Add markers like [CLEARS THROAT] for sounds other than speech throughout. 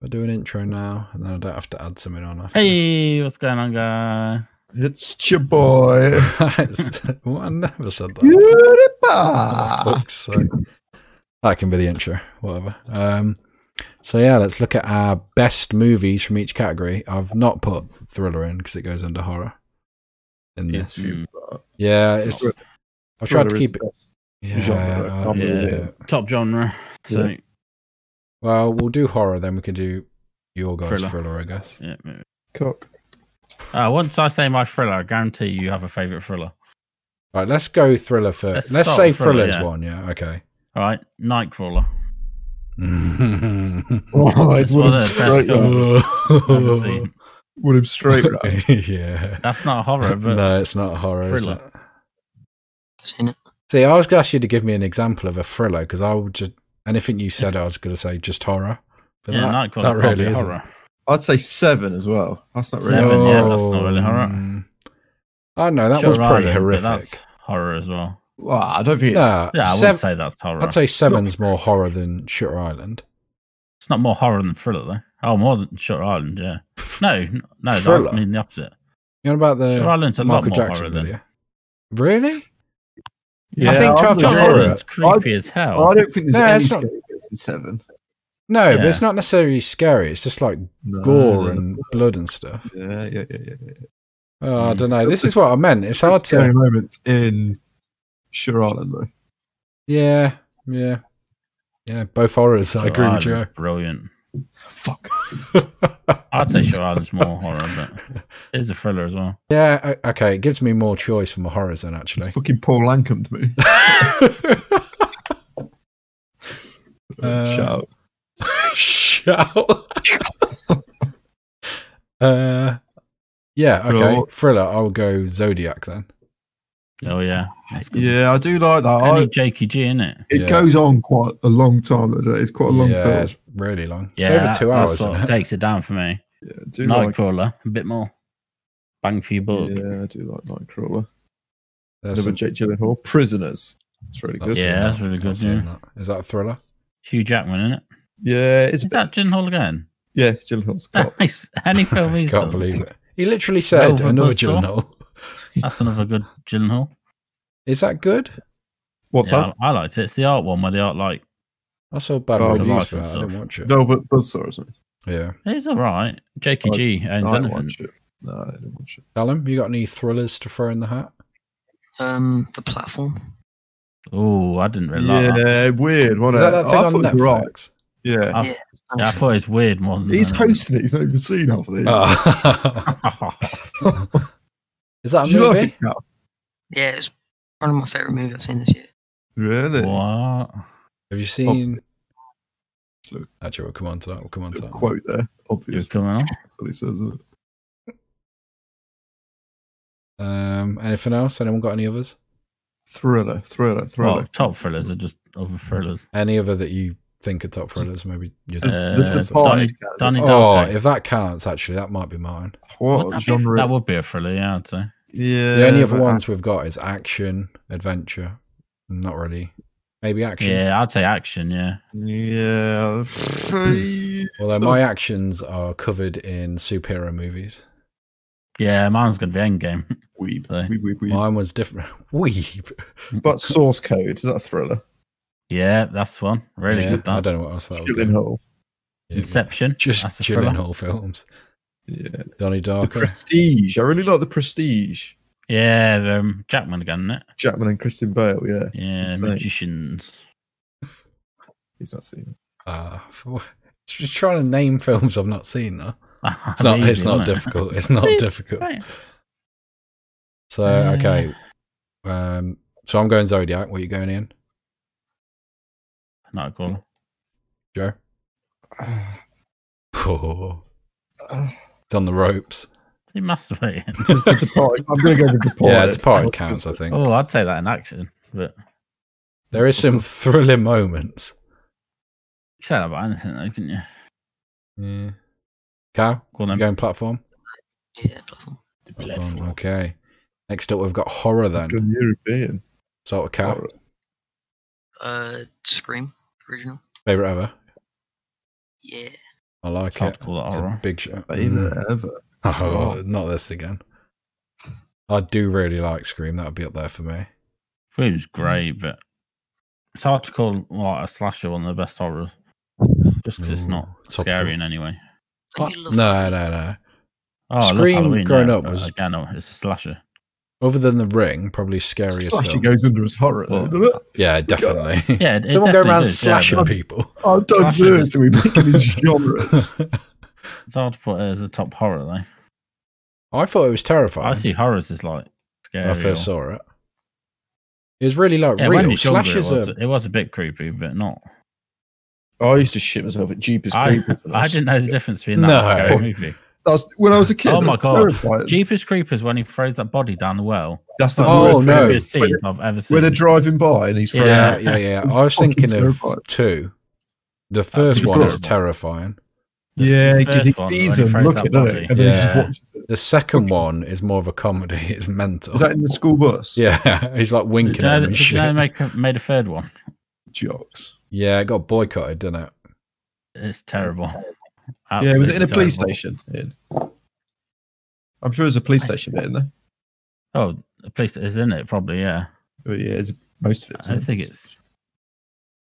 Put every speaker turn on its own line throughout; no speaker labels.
We'll do an intro now, and then I don't have to add something on after.
Hey, what's going on, guy?
It's your boy.
[LAUGHS] It's- what? I never said that. For
Beautiful.
fuck's sake. That can be the intro, whatever. Um, so yeah, let's look at our best movies from each category. I've not put thriller in because it goes under horror. In
It's
this,
you.
yeah, it's. I've tried to
Thriller is
keep it.
best genre,
Yeah, uh,
can't
I-
believe
yeah.
Top genre. So, yeah.
Well, we'll do horror, then we can do your guys' thriller,
Thriller.
I guess.
maybe.
[LAUGHS]
Cock.
Uh, once I say my thriller, I guarantee you have a favourite thriller.
Right, let's go thriller first.
Let's
Let's,
start
say
with thriller,
thriller's
yeah.
one. Yeah, okay.
All right, Nightcrawler.
[LAUGHS]
Oh, it's
Well,
one of
that's best
straight. round.
film. [LAUGHS] Never
yeah.
seen.
One
[LAUGHS]
of straight. round.
That's not horror, but
no, it's not horror. is
Thriller.
it?
seen it.
See, I was going to ask you to give me an example of a thriller because I would just anything you said, I was going to say just horror. But
yeah,
that-
Nightcrawler
that
probably
really isn't.
horror.
I'd say seven as well. That's not really.
Seven, yeah, that's not really horror.
mm. I know that
Sure,
was pretty
Island, but That's
horrific.
horror as well.
Well, I don't think it's.
Nah,
Yeah, I
sev-
would say that's horror.
I'd say seven's more horror than Shutter Island.
It's not more horror than thriller, though. Oh, more than Shutter Island, yeah. No, n- no,
Thriller?
I mean the opposite.
You know about the
Shutter Island's a
Michael
lot more
Jackson
horror than.
video? Really?
Yeah,
I think to have
I'm
the
not-
Shutter
horror-
Island's creepy as hell.
I don't think there's
No,
any
it's not-
scary bits in seven.
No, but
Yeah.
it's not necessarily scary. It's just like
No,
gore
no,
and blood and stuff.
Yeah, yeah, yeah, yeah. yeah.
Oh, I
Mm.
don't know. This is what I meant. It's hard
Scary
to.
moments in Sure Island though.
Yeah, yeah, yeah. Both horrors. I
Shutter
agree with you.
Island's Brilliant.
Fuck.
I'd say Shutter Island's more horror, but
[LAUGHS]
it's a thriller as well.
Yeah, o- okay. It gives me more choice for my horrors then,
[LAUGHS]
actually.
Fucking Paul Lancome to me.
[LAUGHS]
[LAUGHS]
Uh, [LAUGHS]
Shout.
Shall. uh, yeah, okay.
Right.
Thriller. I'll go Zodiac then.
Oh yeah, that's good.
Yeah, I do like that.
Any
I,
Jakey G in it?
it
Yeah.
goes on quite a long time. though, doesn't it? It's quite a long
yeah,
film.
it's really long.
Yeah,
it's over two
that-
hours.
That's what
Isn't it?
takes it down for me.
Yeah, I do like
Nightcrawler, a bit more. Bang for your buck. Yeah,
Yeah, I do like Nightcrawler.
There's some-
Another Jake Gyllenhaal. Prisoners. It's really good.
That's
Yeah,
it.
that's really
I've
good.
seen
Yeah.
that. Is that a thriller?
Hugh Jackman in it.
it's a
Is
bit.
that Ah. Gyllenhaal
[LAUGHS]
again?
Yeah, it's Gyllenhaal's cop.
Nice.
[LAUGHS]
Any film
I
he's
can't
done.
believe it. He literally said
Velvet
another
Buzzsaw?
Gyllenhaal.
That's another good Gyllenhaal.
[LAUGHS] Is that good?
What's
yeah,
that?
I, I liked it. It's the art one where the art like
I saw bad
Oh,
reviews
Life
for
and
that. I didn't
stuff.
watch it.
Velvet Buzzsaw or something.
Yeah.
it's all right. Jakey
I-
G owns
I didn't
anything.
watch it. No, I didn't watch it.
Callum, you got any thrillers to throw in the hat?
Um, the platform.
Oh, I didn't really like that.
Yeah, weird. Wasn't
Is
it?
that that thing
uh, I
on
thought you were right.
Netflix?
Yeah.
Oh, Yeah, I thought it was weird more than
He's
anything.
hosting it. He's not even seen half of these. [LAUGHS]
Oh. Is that a
do you
movie?
like it, Cal?
Yeah, it's one of my favorite movies I've seen this year.
Really?
[LAUGHS] what?
Have you seen?
Absolutely.
Actually, we'll come on to that. We'll come on to
Little
that.
quote there.
You're
Obvious.
coming on.
That's what he says. isn't it?
Um, anything else? Anyone got any others?
Thriller, thriller, thriller.
Well, top thrillers are just other thrillers.
Any other that you think are top thrillers? Maybe. You
Just
Uh,
the
Donnie-
departed. cats.
Donnie
oh,
Darko.
if that counts, actually, that might be mine.
Would
What
that, be-
genre?
that would be a thriller, yeah, I'd say.
yeah.
the only other
Uh, but
ones we've got is action, adventure. Not really. Maybe action.
Yeah, I'd say action, yeah.
[LAUGHS] Yeah.
Although
Although
my actions are covered in superhero movies.
Yeah, mine's going to be Endgame. [LAUGHS]
weeb,
though.
weeb, weeb, weeb.
Mine was different. [LAUGHS] Weeb.
But source code is that a thriller?
yeah, that's one. Really
Yeah,
good,
I
that.
don't know what else that would
Killing
be.
Hole.
Yeah,
Inception.
Just
that's a
chilling
thriller.
whole films.
Yeah.
Donnie
The
Darko.
Prestige. I really like the Prestige.
Yeah, um, Jackman again, isn't it?
Jackman and Kristen Bale. Yeah,
Yeah,
Insane.
Magicians. [LAUGHS]
he's not seen. it.
Ah, for- just trying to name films I've not seen. Though. It's
That's
not. it's
easy,
not
isn't it?
difficult. It's not
See?
difficult.
[LAUGHS] Right.
So
Uh,
okay. Um. So I'm going Zodiac. What are you going in,
Not cool.
Joe? [LAUGHS]
Ah,
Oh,
ah.
it's on the ropes.
He masturbated.
[SIGHS] It's the Departed. I'm going to go with Departed.
Yeah, it's part counts. I think
oh, I'd say that in action, but you
there is some [LAUGHS] thrilling moments.
say that about anything, though, couldn't you?
Yeah. Cow,
Go on
you
then.
going platform?
Yeah, platform.
The
platform.
platform.
Okay. Next up, we've got horror. Then
Good European.
sort of cow.
Horror.
Uh, Scream original.
Favorite ever.
Yeah,
I like
It's hard
it.
to call that
It's
horror.
a big show. Mm.
Favorite ever.
[LAUGHS] Oh,
God.
not this again. I do really like Scream. That would be up there for me.
Food is
Hmm.
great, but it's hard to call like a slasher one of the best horrors, just because it's
Ooh,
not
topical.
scary in any way.
Don't you love
No, no, no.
Oh, I love
Scream
Halloween,
growing
yeah,
up
but
was-
again, oh, it's a slasher.
Other than The Ring, probably scariest
Slasher
film.
goes under as horror, [LAUGHS] though,
Well,
doesn't it?
Yeah, definitely.
Yeah, it, it
Someone go
definitely
around
does, yeah,
slashing
but
people.
Oh, don't
Slasher
do it
is-
to me making these genres.
It's hard to put it as a top horror though.
[LAUGHS] I thought it was
I
terrifying
see horrors as like
when
scary.
I
or-
first saw it. It was really like
yeah, when
real
you're younger, it,
slashes.
was,
Are,
it was a bit creepy, but not.
I used to shit myself at Jeepers
I,
Creepers.
[LAUGHS]
when
I
was-
didn't know the difference between that
No.
and scary movie.
That was, when I was a kid.
Oh
I
my
was
God.
terrified.
Jeepers Creepers when he throws that body down the well.
That's the
Oh,
worst
no.
movie.
creepiest scene
Where,
I've ever seen.
where they're driving by and he's throwing
yeah, yeah,
Yeah.
yeah.
It's
I was
fucking
thinking of
terrifying.
two. The first
it's
one is
horrible.
terrifying.
Yeah,
The
because he
first one,
sees
when he
them
throws
looking
that
at it,
body.
and then he just
Yeah.
watches it.
The second one is more of a comedy. [LAUGHS] It's mental.
Is that in the school bus?
yeah, [LAUGHS] he's like
Did
winking
you know
at him
that-
and
did you
shit.
know they make a- made a third one?
Jocks.
Yeah, it got boycotted, didn't it?
It's terrible.
Yeah, was it in a
Absolutely
police
terrible.
station? Ian? I'm sure there's a police station bit in there.
Oh, the police is in it probably. Yeah,
But yeah, it's, most of it's.
I
in-
think it's.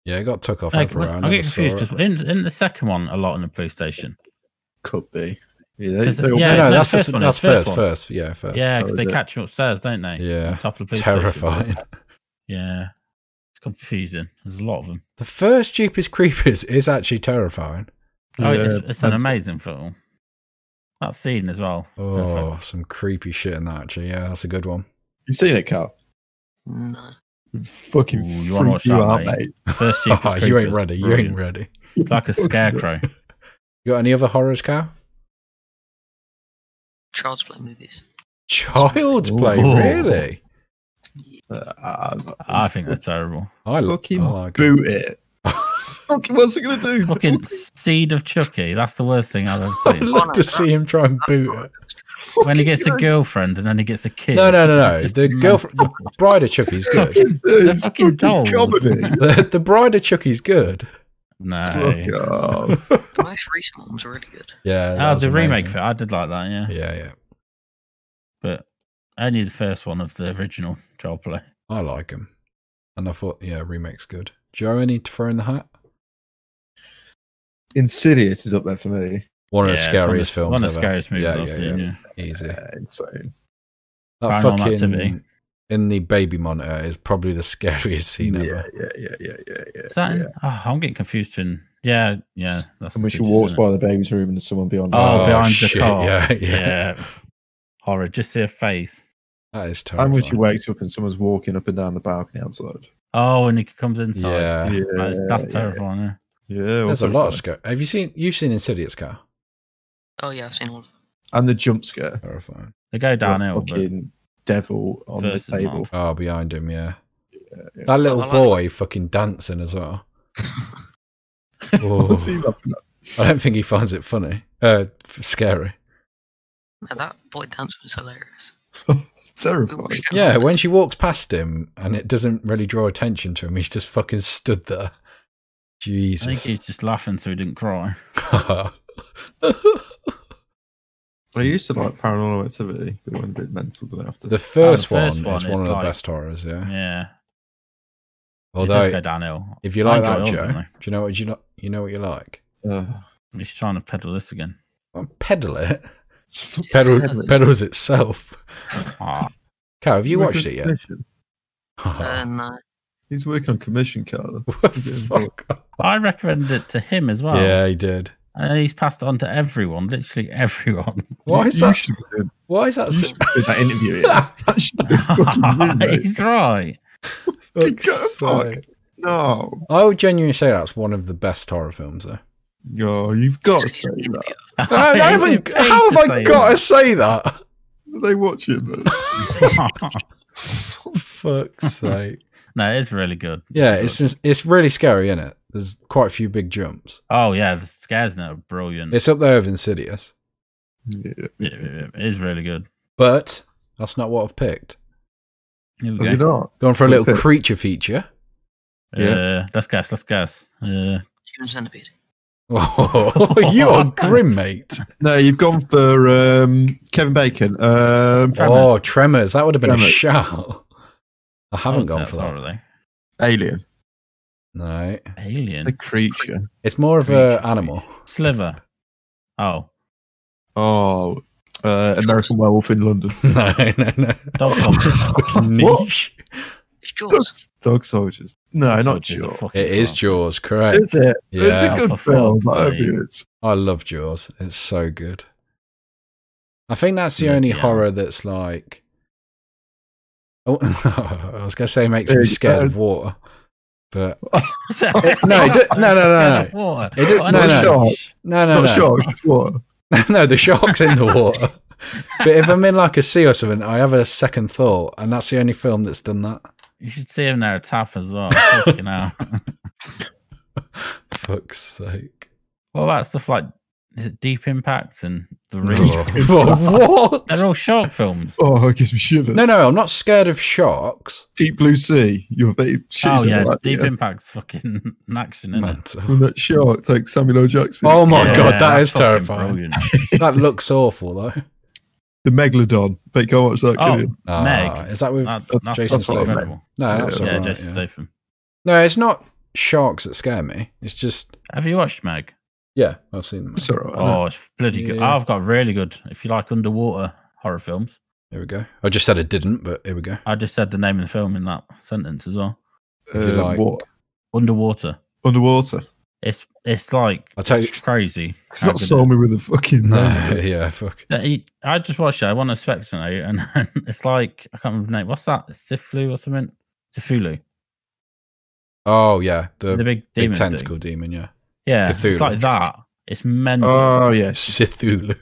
Yeah, it got took off
Like,
everywhere. I
I
never
get confused
saw it.
because in, in the second one, a lot in the police station.
could be. Yeah, they,
Is it-
they all-
yeah.
no, no,
no,
that's
the first
the-
one,
that's
the first
first,
one.
first, yeah, first.
Yeah,
how
'cause
is
they
it?
catch him upstairs, don't they?
Yeah.
on top of the police station.
terrifying. [LAUGHS]
Yeah, it's confusing. There's a lot of them.
The first Jeepers Creepers is actually terrifying.
Oh,
yeah,
it's, it's an
that's-
amazing film. That scene as well.
Oh, some creepy shit in that. Actually, yeah, that's a good one.
You seen it, Cal?
No.
Fucking
Ooh, you wanna
freak
watch
you
that,
out,
mate.
[LAUGHS]
mate.
First Jeepers
Oh, you ain't
Creepers,
ready. You
brilliant.
ain't ready. [LAUGHS]
Like a scarecrow.
You got any other horrors, Cal?
Child's Play movies.
Child's
Ooh.
Play, really?
Uh, I'm-
I think they're terrible.
I l- oh,
Fucking
I like it.
boot it. Fuck, What's it gonna do?
Fucking seed of Chucky. That's the worst thing I've ever
[LAUGHS] I'd
seen.
love to see him try and boot it.
when he gets a girlfriend and then he gets a kid.
No, no, no, no.
It's just
The girlfriend, the
mental.
bride of Chucky's good.
[LAUGHS] It's, it's
fucking
fucking
dolls. [LAUGHS]
comedy.
The, the bride of Chucky's good. [LAUGHS]
No.
Fuck [LAUGHS] off.
The most recent one was really good.
Yeah. that
Oh,
was
the remake
amazing.
of it. I did like that, yeah.
Yeah, yeah.
But only the first one of the original child play.
I like him. And I thought, yeah, remake's good. Joe, any to throw in the hat?
Insidious is up there for me.
One
Yeah,
of the
it's
scariest
one of,
films
One of
ever.
the scariest movies
Yeah,
I've
yeah,
seen, yeah.
Easy.
Yeah, insane.
That
Paranormal
fucking
Activity.
in the baby monitor is probably the [LAUGHS] scariest scene
Yeah,
ever.
yeah, yeah, yeah, yeah, yeah.
Is that in-
yeah.
oh, I'm getting confused in yeah, yeah. That's
And
the
when she
features,
walks
isn't it?
by the baby's room and there's someone beyond her.
Oh, behind the
shit,
car.
Yeah, yeah,
Yeah. Horror. Just see her face.
That is
and when she
terrifying.
wakes up and someone's walking up and down the balcony outside.
Oh, and he comes inside.
Yeah.
Yeah,
That is- that's terrifying, yeah.
Yeah,
There's
also
a lot of
fun.
scare. Have you seen? You've seen Insidious, Car?
Oh yeah, I've seen all of them.
and the jump scare.
Terrifying.
They go downhill, but
fucking devil on the
Versus
table.
Oh, behind him, yeah.
yeah.
That little
I like-
boy fucking dancing as
[LAUGHS]
well. Whoa. Oh.
What's he laughing at?
I don't think he finds it funny. Uh, f- scary.
Now, that boy dance was hilarious. We
Terrifying.
watched it
Yeah,
live.
when she walks past him and it doesn't really draw attention to him, he's just fucking stood there.
I think
Jesus.
he's just laughing so he didn't cry.
I used to like Paranormal Activity. They went a bit mental didn't they,
[LAUGHS]
after
the first,
first
one,
one
is
is
one of
like-
the best horrors, yeah.
Yeah. It does
Although,
go downhill.
if you like
I
that,
enjoy it
Joe,
all, don't I?
do you know what you not you know what you like?
Ugh.
He's trying to peddle this again.
Well, pedal it.
Stop
Pedal
peddling.
pedals itself.
Ah,
Cow, have you
Working
watched
on
it
[LAUGHS]
yet? Oh,
commission.
[LAUGHS]
Uh, no.
He's working on commission, Carl.
Fuck.
I recommended it to him as well.
Yeah, he did.
And he's passed it on to everyone, literally
[LAUGHS]
everyone. [LAUGHS]
Why
you,
is
you
that?
Should be doing,
Why is that?
you
So,
should be doing that interview. Ian. That should be fucking you, mate.
[LAUGHS] he's right.
[LAUGHS] Fuck's
go fuck.
sake.
No.
I would genuinely say that's one of the best horror films,
[LAUGHS]
though.
No, you've got to
Just
say
an interview.
[LAUGHS]
that.
I haven't- how have I got to say that? [LAUGHS]
Are they watching this?
it?
[LAUGHS]
Fuck's sake.
no, it's really good.
Yeah, it's it's really scary, isn't it? There's quite a few big jumps.
Oh yeah, the scares now are
Mm.
brilliant.
It's up there with Insidious,
yeah.
It- it- it is really good.
but that's not what I've picked.
Here we
Are you
go.
not?
Going for a
What
little
pick? [LAUGHS]
creature feature. [LAUGHS]
Uh, let's guess. Let's guess. Uh,
Human Centipede.
Oh, you are grim, mate.
No, you've gone for um, Kevin Bacon. Um,
Tremors.
Oh, Tremors. That would have been a
Tremors.
shout. I haven't gone for that.
Already.
alien.
No.
It's
Alien.
a creature.
It's more of
Creature
a
feature.
animal.
Sliver. Oh,
Oh, uh, American Werewolf in London.
[LAUGHS] No, no,
[LAUGHS]
no. [LAUGHS]
Dog Soldiers.
fucking
What?
niche.
It's Jaws.
Dogs- Dog Soldiers. No, not
Soldiers are
sure.
fucking
It is
class.
Jaws, correct.
Oh. Is it? It's
Yeah.
a
For
good film.
fuck's
I hope
sake.
it's.
I love Jaws. It's so good. I think that's the
Bloody
only
hell.
horror that's like. Oh, [LAUGHS] I was gonna say makes
There
me
you
scared
go.
of water, but
Is that-
[LAUGHS] No,
[LAUGHS]
it do- no, no, no, no.
Water.
It do-
Oh,
no,
no.
no.
no, no,
Not
no,
sure. It's just what?
[LAUGHS] no. The shark's in the water, but if I'm in like a sea or something, I have a second thought, and that's the only film that's done that.
You should see him now at tap as well. uh,
[LAUGHS]
Fucking hell.
Fuck's [LAUGHS] sake!
What about stuff like is it Deep Impact and The
Oh,
Ring? They're
[LAUGHS] what?
all shark films.
Oh, it gives me shivers.
No, no, I'm not scared of sharks.
Deep Blue Sea. You're a bit.
oh yeah,
like,
Deep
yeah.
Impact's fucking [LAUGHS] an action in it.
Mental.
When that shark takes Samuel L. Jackson.
Oh my
Yeah,
god, that
that's
is
fucking
terrifying.
brilliant.
That looks awful though.
The Megalodon. But go watch that.
Oh,
can you?
[LAUGHS] Meg.
Ah, Is that with
That-
That's-
that's
Jason
fucking
Statham.
incredible.
No,
Yeah,
that's
Yeah,
alright,
Jason
yeah.
Statham.
No, it's not sharks that scare me. It's just
Have you watched Meg?
yeah, I've seen them.
It's all right.
Oh, it's bloody good.
Yeah.
I've got really good. If you like underwater horror films,
Here we go. I just said I didn't, but here we go.
I just said the name of the film in that sentence as well.
if you
Um,
like.
What?
Underwater.
Underwater.
It's it's like
I'll tell you-
it's crazy.
It's
how
not
good it
saw me with a fucking.
No, [LAUGHS] yeah, fuck.
Yeah, he- I just watched it. I want to expect to know, and [LAUGHS] it's like I can't remember the name. What's that? Siflu or something? Cthulhu,
Oh yeah, the,
the, big
big
demon. thing.
tentacle demon. Yeah,
Yeah, it's
Cthulhu.
like that. It's mental.
Oh yes.
Cthulhu.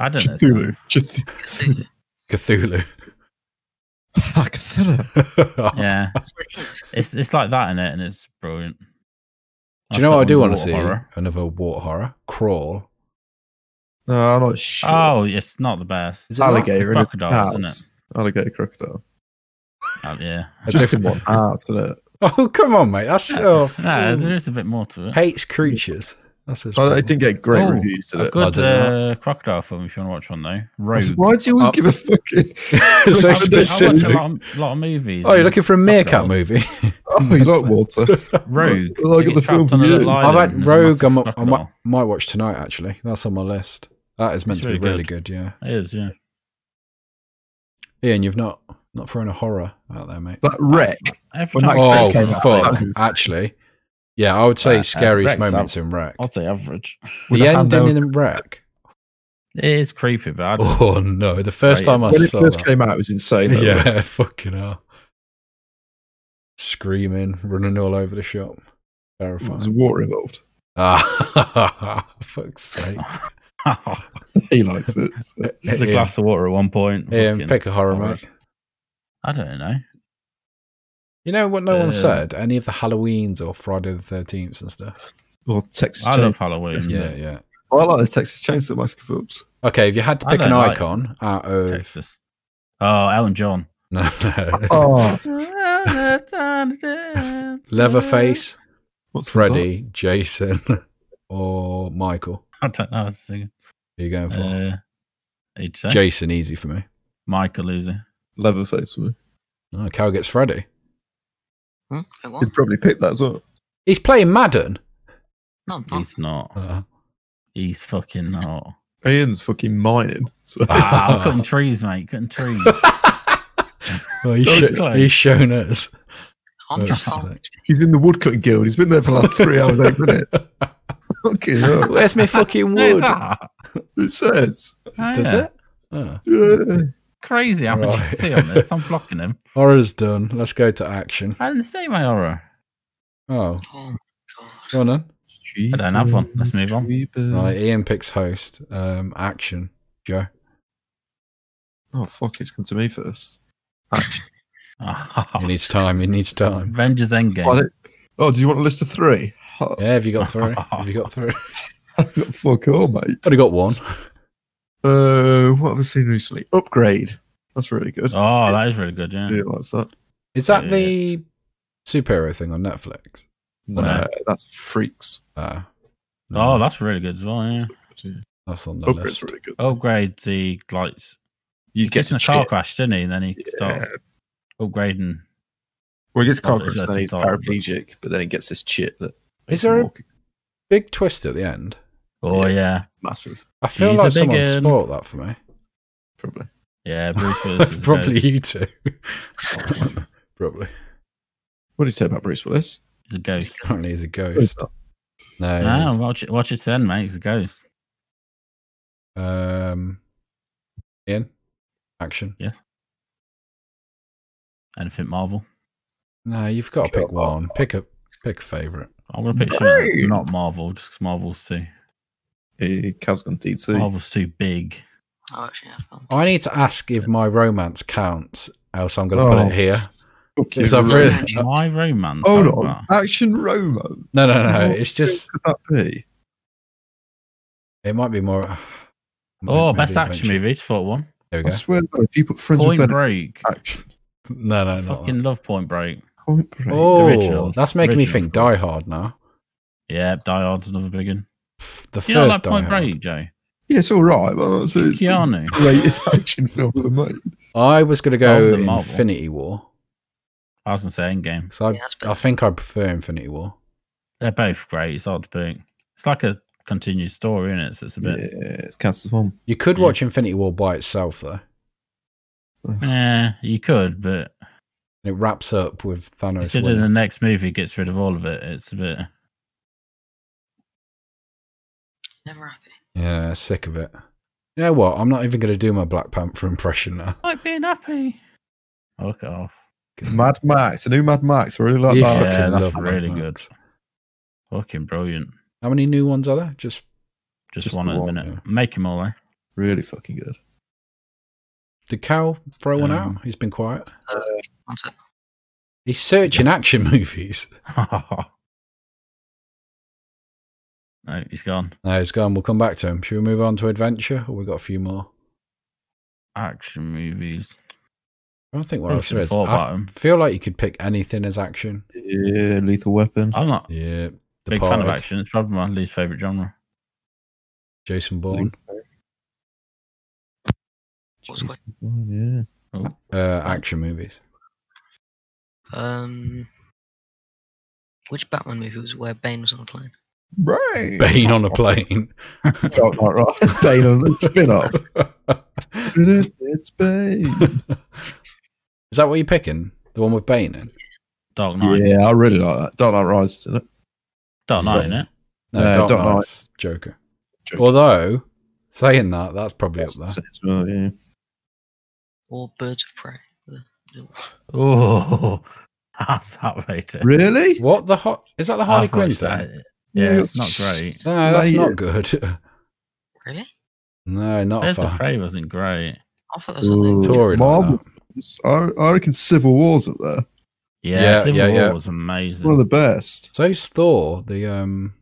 I don't know.
Cthulhu. Cth-
Cthulhu.
Cthulhu.
[LAUGHS]
Cthulhu.
Yeah,
It is.
it's it's like that in it, and it's brilliant.
Do you know what I do want to see?
Underwater horror.
Another water horror.
[LAUGHS]
Crawl.
No, I'm not sure.
Oh, it's not the best.
Is it not?
alligator in
crocodile,
crocodile,
isn't
is Alligator crocodile.
Oh, yeah,
A
Just in
different-
one house, isn't it?
[LAUGHS] Oh come on, mate. That's
[LAUGHS]
so.
no, there is a bit more to it.
hates creatures. That's his
I, I
problem. [LAUGHS]
didn't get great
Oh,
reviews, did
a
it?
good
I don't
uh, crocodile film if you want to watch one though.
I
Rogue.
said, Why do you always
Oh.
give a [LAUGHS] fucking?
so
I
Like,
watch- I watch a
specific.
lot of, lot of movies.
Oh, you're looking for a meerkat
Crocodiles.
movie? [LAUGHS]
Oh, you like water?
Rogue.
Look at
They get
the
trapped on
film
a
you.
little
I've
island and
had
there's a
Rogue.
massive
I'm, I might,
crocodile.
might watch tonight. Actually, that's on my list. That is meant
It's
to be
really
really good. Yeah,
It is, yeah.
Ian, you've not not thrown a horror out there, mate.
[LAUGHS] That wreck.
Every
When
time
that
I
Oh
first came out,
fuck!
that was-
Actually, yeah, I would
Uh,
say
uh,
scariest
Wreck's
moments in wreck.
I'll say average.
with
The
a hand
ending
down.
in wreck.
It is creepy, but I don't-
Oh no! The first
Right,
time I
When it
saw
first
that,
came out, it was insane. though.
yeah, [LAUGHS] fucking hell, screaming, running all over the shop,
There's
terrifying.
water involved. [LAUGHS]
Ah, [LAUGHS] fuck's sake! [LAUGHS]
[LAUGHS]
He likes it. so.
There's a glass of water at one point.
Ian,
Fucking-
pick a horror,
horror.
mate.
I don't know.
You know what no
Um,
one said? Any of the Halloweens or Friday the Thirteenth and stuff.
Or Texas
I love
Chainsaw.
Halloween.
Yeah,
Yeah,
yeah.
I like the Texas Chainsaw Massacre films.
Okay, if you had to
I
pick an
don't like-
icon out of
Texas. Oh, Alan
[LAUGHS]
John.
[LAUGHS] no,
Oh,
Leatherface,
[LAUGHS] what's the song?
Freddy, Jason, [LAUGHS] or Michael,
I don't know. I was thinking.
who are you going for?
Uh, he'd say
Jason, easy for me.
Michael is it?
Leatherface. wouldn't
Oh, Cal gets Freddy.
Hmm? Wait,
he?
what?
He'd probably pick that as well.
He's playing Madden.
No, I'm not.
He's not.
Uh,
He's fucking
[LAUGHS]
not.
Ian's fucking mining. [LAUGHS] So.
Ah, I'm cutting trees, mate. Cutting trees.
well, he's,
Sounds
sho-
close.
he's shown us.
[LAUGHS]
I'm just
Fuck's
following.
He's in the woodcutting guild. He's been there for the last three hours, eight minutes. Fucking hell.
Where's my
[LAUGHS]
fucking
Who's
wood?
that?
It says.
Oh,
Does
yeah.
it? Oh.
Yeah.
Crazy how much you
Right.
can see on
[LAUGHS]
this. I'm blocking him.
Horror's done. Let's go to action.
I didn't say my
[LAUGHS]
horror.
Oh,
Oh,
go on then.
I don't have one. Let's move on.
Right, Ian picks host. Um, action. Joe.
Oh, fuck. It's come to me first.
Oh.
He needs time. He needs
[LAUGHS]
time.
Ah, Avengers
Oh,
Endgame.
do oh, do you want a list of three? [LAUGHS] Oh,
Yeah, have you got three? Have you got [LAUGHS] three?
I've got fuck all, mate.
Only got one.
Uh, what have I seen recently? Upgrade. That's really good.
Oh, that is really good. Yeah.
Yeah, that's that.
Is that
Yeah.
the superhero thing on Netflix?
No,
No.
that's Uh, freaks.
Ah,
Oh, that's really good as well. Yeah.
Yeah.
that's on the
Oh,
list.
it's really good.
Upgrade the lights.
You
Gets in a car
chip.
crash, didn't he? And then he
Yeah.
starts upgrading.
Well, he gets car
Oh, it's
crash, and
actually
then he's
dark, but-
paraplegic, but then he gets this chip that
Is
makes him
there a-
walk
Big twist at the end.
Oh
Yeah.
yeah,
massive,
I feel
He's a
like someone
big un.
spoilt that for me.
probably.
yeah.
[LAUGHS]
Bruce Willis is
Probably
a
you two. [LAUGHS] Probably.
What do you say about Bruce Willis?
ghost. He's a ghost.
Apparently he's a ghost. No. he
No,
is.
watch it. Watch it then, mate. He's a ghost.
Um, Ian, action.
Anything Marvel?
No, you've got to
Sure.
pick one. Pick a pick a favorite.
I'm gonna pick something
Great.
not Marvel, just 'cause Marvel's too
Hey, Cal's gone DC.
Marvel's too big.
Oh, actually, I found
I need to ask if my romance counts, else I'm going to
Oh.
put it here.
Fuck you.
It's a really,
romance.
no,
My romance.
Hold
however.
on, action romance.
no, no.
[LAUGHS] What
It's just
could that be?
it might be more. [SIGHS]
Oh,
maybe
best action
adventure.
movie. It's thought one.
There
I
we go.
swear, though, if you put Friends
Point
with Benefits,
Break.
action.
No, no, not
Fucking
that.
love Point Break.
Point Break.
Oh,
original.
that's making me
Original,
think
of
Die
course.
Hard now.
Yeah, Die Hard's another big one.
Pff, The
You know
first
like Point
Die Hard.
Break, Joe?
Yeah, it's all right. But that's it's the
Keanu.
greatest action film ever made.
I was going to
Of
go
the Marvel.
Infinity War
I was gonna say Endgame.
because I,
Yeah, that's better.
I think I prefer Infinity War.
They're both great. It's hard to pick. It's like a continued story, isn't it? So it's a
Yeah,
bit.
it's cast as one.
You could
Yeah.
watch Infinity War by itself though.
Yeah, eh, you could, but
And it wraps up with Thanos.
considering the
winning.
next movie gets rid of all of it, it's a bit.
never happy.
Yeah, sick of it. You know what? I'm not even going to do my Black Panther impression now.
Like being happy. Fuck off.
[LAUGHS] Mad Max, a new Mad Max. I really like
You
that.
fucking- Yeah, that's
Mad
really
Max.
Fucking brilliant.
How many new ones are there? Just
Just,
Just
one
the
at the
one,
minute.
yeah.
Make him all, eh?
Really fucking good.
did Cal throw one
Um,
out? He's been quiet.
One sec.
He's searching action [LAUGHS] movies.
eh? [LAUGHS] no, he's gone.
No, he's gone. We'll come back to him. Should we move on to adventure, or we got a few more?
Action movies.
I don't think what
Probably
else there
should've
is.
thought
I
about 'em.
feel like you could pick anything as action.
Yeah, Lethal Weapon.
I'm not a
Yeah,
big fan of
Departed,
action. It's probably my least favorite genre.
Jason Bourne,
What's what?
Jason Bourne, yeah.
Oh,
uh, action movies.
Um, which Batman movie was where Bane was on a plane?
Right.
Bane on a plane. [LAUGHS]
Dark Knight Rises. Bane on a spin off. it's Bane.
Is that what you're picking? The one with Bane in?
Dark Knight.
[LAUGHS] Yeah, I really like that. Dark Knight Rises, isn't it?
Dark Knight,
Yeah.
innit?
No,
No,
Dark
Dark Knight.
Knight's Joker.
Joker.
Although saying that, that's probably up
That's
there.
it as well, yeah.
Or Birds of Prey?
Oh, [LAUGHS] that's that rated.
Really?
What the hot? Is that the Harley
I've
Quinn
watched that.
thing?
Yeah, it's not great.
No, that's not
Slated.
good. [LAUGHS]
Really?
no, not
Birds of
far.
Prey wasn't great.
I thought that was something.
Ooh.
Tory like
Marvel.
that.
I, I reckon Civil War's up there.
Yeah,
Yeah,
Civil
yeah,
War
yeah.
was amazing.
One of the best.
So is Thor the um?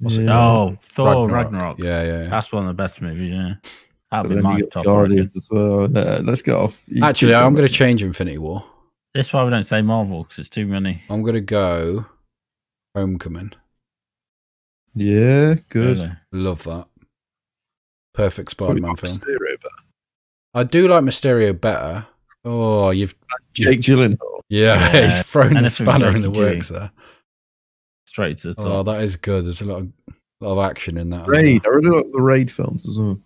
What's it
Yeah.
Oh, Thor Ragnarok. Uh,
Yeah, yeah. yeah.
That's one of the best movies, yeah.
But
Oh, That'd be
then
my
you got
top
Guardians
rated.
as well. No, let's get off. You
Actually,
keep
I'm
going.
going to change Infinity War.
That's why we don't say Marvel, because it's too many.
I'm going to go Homecoming.
Yeah, good.
really.
Love that. Perfect
Probably
Spider-Man film.
Mysterio, but
I do like Mysterio better. Oh, you've
Jake Gyllenhaal.
yeah,
Yeah.
[LAUGHS] he's thrown the
Anything with
spanner in the
Jake G.
works there.
Straight to the top.
Oh, that is good. There's a lot of, lot of action in that. as well.
Raid. I really like the Raid films as well.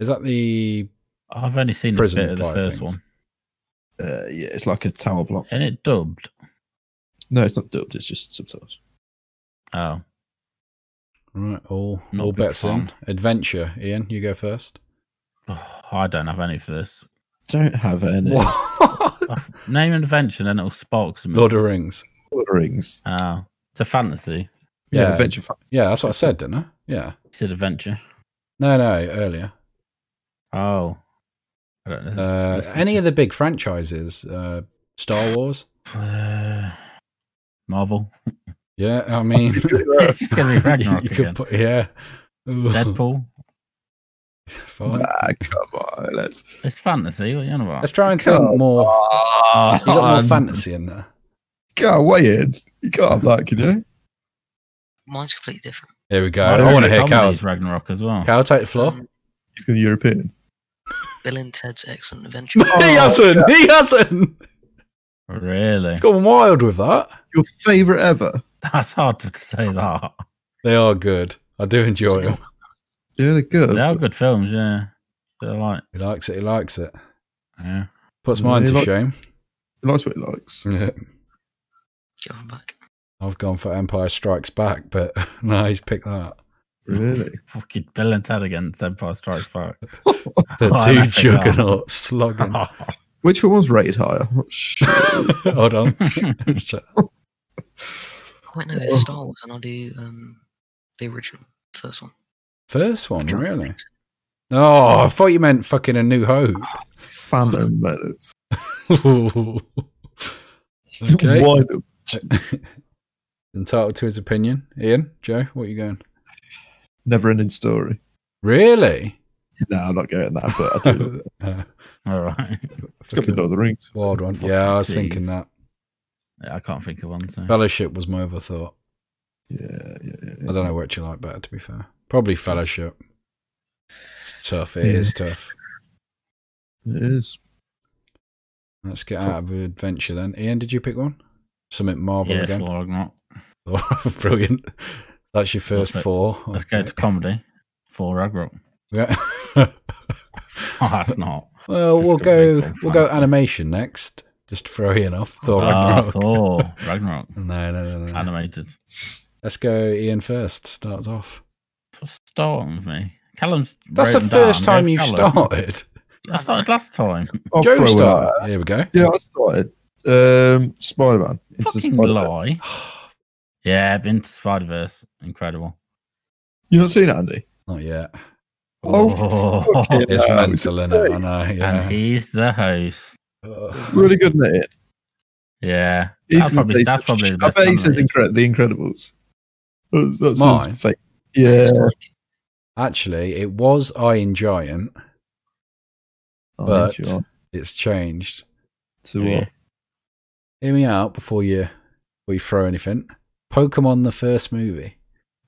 Is that the
I've only seen a
prison
bit of the
fight
first
things.
one.
Uh, yeah, it's like a tower block.
And it dubbed.
No, it's not dubbed. It's just subtitles.
Oh. [SIGHS]
right? All
Not
all
a big
bets in
fan.
adventure. Ian, you go
[LAUGHS]
first.
Oh, I don't have any for this. [SIGHS]
Don't have any.
What?
Oh, Name an invention and it'll spark some.
[LAUGHS] Lord of Rings.
Lord of the Rings.
Oh, it's a fantasy.
Yeah.
Yeah, Adventure Fantasy.
Yeah, that's what I said, didn't I? Yeah.
It's an adventure.
No, no, earlier.
Oh. I don't know.
Uh, any of the big franchises, uh, Star Wars.
Uh,
[LAUGHS]
Marvel.
Yeah,
[LAUGHS]
I
[LAUGHS]
mean, [LAUGHS]
It's good, though.
It's just going to be Ragnarok
you could
again.
put- yeah. Ooh,
Deadpool.
[LAUGHS] fine.
Ah, come on. Let's.
It's fantasy. What are you on about?
Let's try and
Come
think more.
on.
You
[LAUGHS]
got more fantasy in there.
Can't weigh in. You can't have that, can you?
mine's completely different.
Here we go.
Well,
I
there
want to
is a
hear
comedy
cows.
Ragnarok as well.
Cow, take the floor.
Um,
He's going to European.
Bill and Ted's
[LAUGHS]
Excellent Adventure.
Oh,
he hasn't. He hasn't. [LAUGHS]
Really?
He's gone wild with that.
Your favourite ever?
[LAUGHS] That's hard to say that.
They are good. I do enjoy them.
Yeah, they're good.
They are
but
good films, yeah. They're like,
He likes it. He likes it.
yeah.
Puts mine
Yeah,
to
he
shame.
He likes what he likes.
Give them back.
[LAUGHS] I've gone for Empire Strikes Back, but [LAUGHS] no, he's picked that.
Really?
Fucking Bill and Ted against Empire
[LAUGHS]
Strikes Back. [LAUGHS]
The
Oh,
two
that's a good one.
juggernauts
[LAUGHS]
slugging.
Which one was rated higher? I'm not sure.
Hold
[LAUGHS]
on. Let's check.
Wait, no, it's Star Wars, and I'll do um, the original, first one.
First one, really? Oh, I thought you meant fucking A New
[LAUGHS]
Hope.
Phantom minutes.
Okay.
[LAUGHS] Why the-
Entitled to his opinion. Ian, Joe, what are you going?
Never ending story.
Really?
No, I'm not getting that, but
[LAUGHS]
I do.
Uh,
All right.
it's got to be Lord of the Rings.
wild one. Yeah, I was
Jeez.
thinking that.
Yeah, I can't think of one. So.
Fellowship was my other thought.
Yeah, yeah, yeah.
I don't know which you like better, to be fair. Probably Fellowship. It's tough. It is
Yeah.
tough.
It is.
Let's get out of adventure then. Ian, did you pick one? Something Marvel
Yeah,
again? [LAUGHS] Oh,
Thor Ragnarok.
Brilliant. That's your first
Perfect.
four.
Let's
Okay.
go to comedy. Thor Ragnarok. [LAUGHS]
Yeah.
Oh, that's not.
[LAUGHS] well,
Just
we'll
a
go.
big old
We'll go
fancy.
animation next. Just throw Ian off. Thor
Ah,
Oh, Ragnarok. [LAUGHS]
Thor Ragnarok.
No, no, no, no. no.
Animated.
Let's go. Ian first starts off.
Start with me. Callum's.
That's the
wrote 'em down.
first time
Yeah,
you
Callum.
started.
I started last time.
I'll
Joe
throw it
started.
out.
Here we go. [SIGHS]
Yeah, I started. Um, Spider Man.
Fucking lie. Yeah, been to Spider Verse. Incredible.
You've not seen it, Andy?
Not yet.
Oh, fucking
It's
hell, it's
mental, is it? I
insane.
know.
[LAUGHS] And
Yeah.
he's the host.
Ugh.
Really good, isn't it?
Yeah.
He's
That's probably, that's probably
sensational.
the
I
best.
bet he says
animated.
incre- The Incredibles. That's, that's
Mine?
his fake. Yeah.
Actually, it was Iron Giant.
Oh,
But-
thank you.
It's changed.
To
Yeah.
what?
Hear me out before you before you throw anything. Pokemon, the first movie.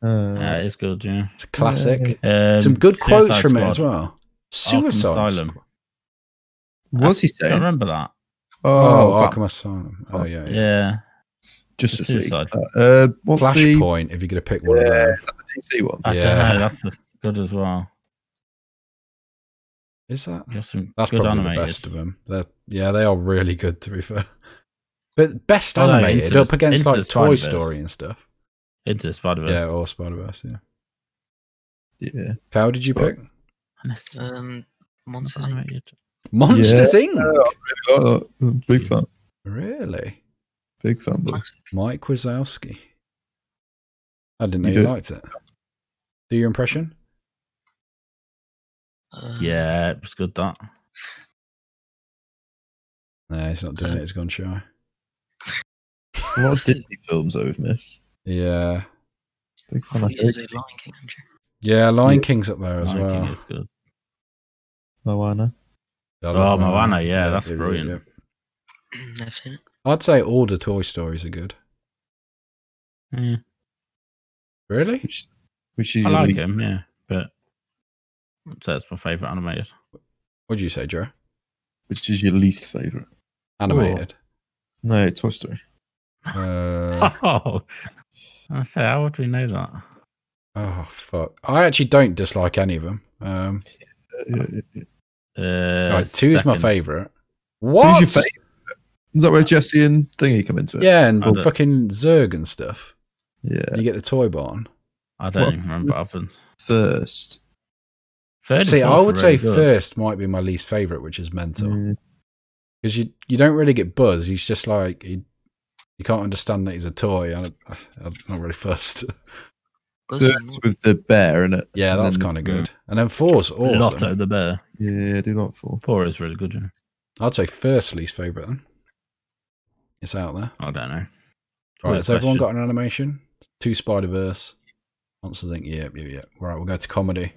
Yeah,
Uh,
it's good, yeah.
It's a classic.
Um,
Some good quotes
Suicide
from it
Squad.
as well. Suicide.
Asylum.
Squad.
what's he
I
saying?
remember that.
Oh,
Oh,
Arkham Asylum. Oh yeah. yeah.
Yeah.
just
it's
to see.
suicide.
Uh, what's the,
Flashpoint. If you're gonna pick one of
Yeah.
those,
the DC one?
I
Yeah.
don't know. That's good as well.
is that?
Just some
That's
good
probably
animated.
the best of them. They're, yeah, they are really good. To be fair, but best
Oh, no,
animated
Into
up
the-
against
Into
like
the
Toy
Spider-Verse.
Story and stuff.
Into Spider Verse.
Yeah, or Spider Verse. Yeah.
Yeah.
How did you
Spider-
pick?
And it's
Um, Monsters Inc.
animated.
Monsters
Uh,
Inc.
Oh, I really like that. I'm a Big fan.
Really,
Big fan. Though.
Classic.
Mike Wazowski. I didn't know
You
you
do.
liked it. Do your impression?
Um,
Yeah, it was good that.
No, he's not doing it. He's gone shy.
A lot of Disney films that we've missed.
Yeah,
Big
I
fan. of
thought you were gonna
Disney.
do Lion King, Andrew.
yeah. Lion
Yeah.
King's up there as
Lion King
well.
is good.
Moana.
I love
Oh, Moana, yeah, that's
it-
brilliant.
yeah.
[CLEARS THROAT] Never seen it.
I'd say all the Toy Stories are good.
Yeah.
Really?
Which, which is
I like
really-
him, yeah. But I'd say it's my favourite animated. [LAUGHS]
What do you say, Joe?
Which is your least favorite?
Animated.
No, Toy Story.
Uh, [LAUGHS]
Oh, I say, how would we know that?
oh fuck! I actually don't dislike any of them. Um,
Uh, yeah, yeah, yeah.
Uh,
right, two's my
second.
favorite.
So
What?
who's your favorite? Is that where Jesse and Thingy come into it?
yeah, and
I don't-
fucking Zerg and stuff.
Yeah.
You get the toy barn.
I don't
What?
even remember what happened.
First.
Third and
See, I
fourth
would
were
say
really good.
first might be my least favorite, which is mental
Mm,
because you you don't really get buzz. He's just like he, you can't understand that he's a toy. I, I, I'm not really [LAUGHS] fussed.
Buzz
First with the bear in it.
Yeah,
And
that's
then- mm.
kind of good. And then four's awesome.
Lotto the Bear.
Yeah, do not fall.
Poor is really good. you know.
I'd say first least favorite then. It's out there.
I don't know.
Right,
Weird
has everyone
question.
got an animation? Two Spider Verse, Monsters Inc. Yeah, yeah, yeah. Right, we'll go to comedy.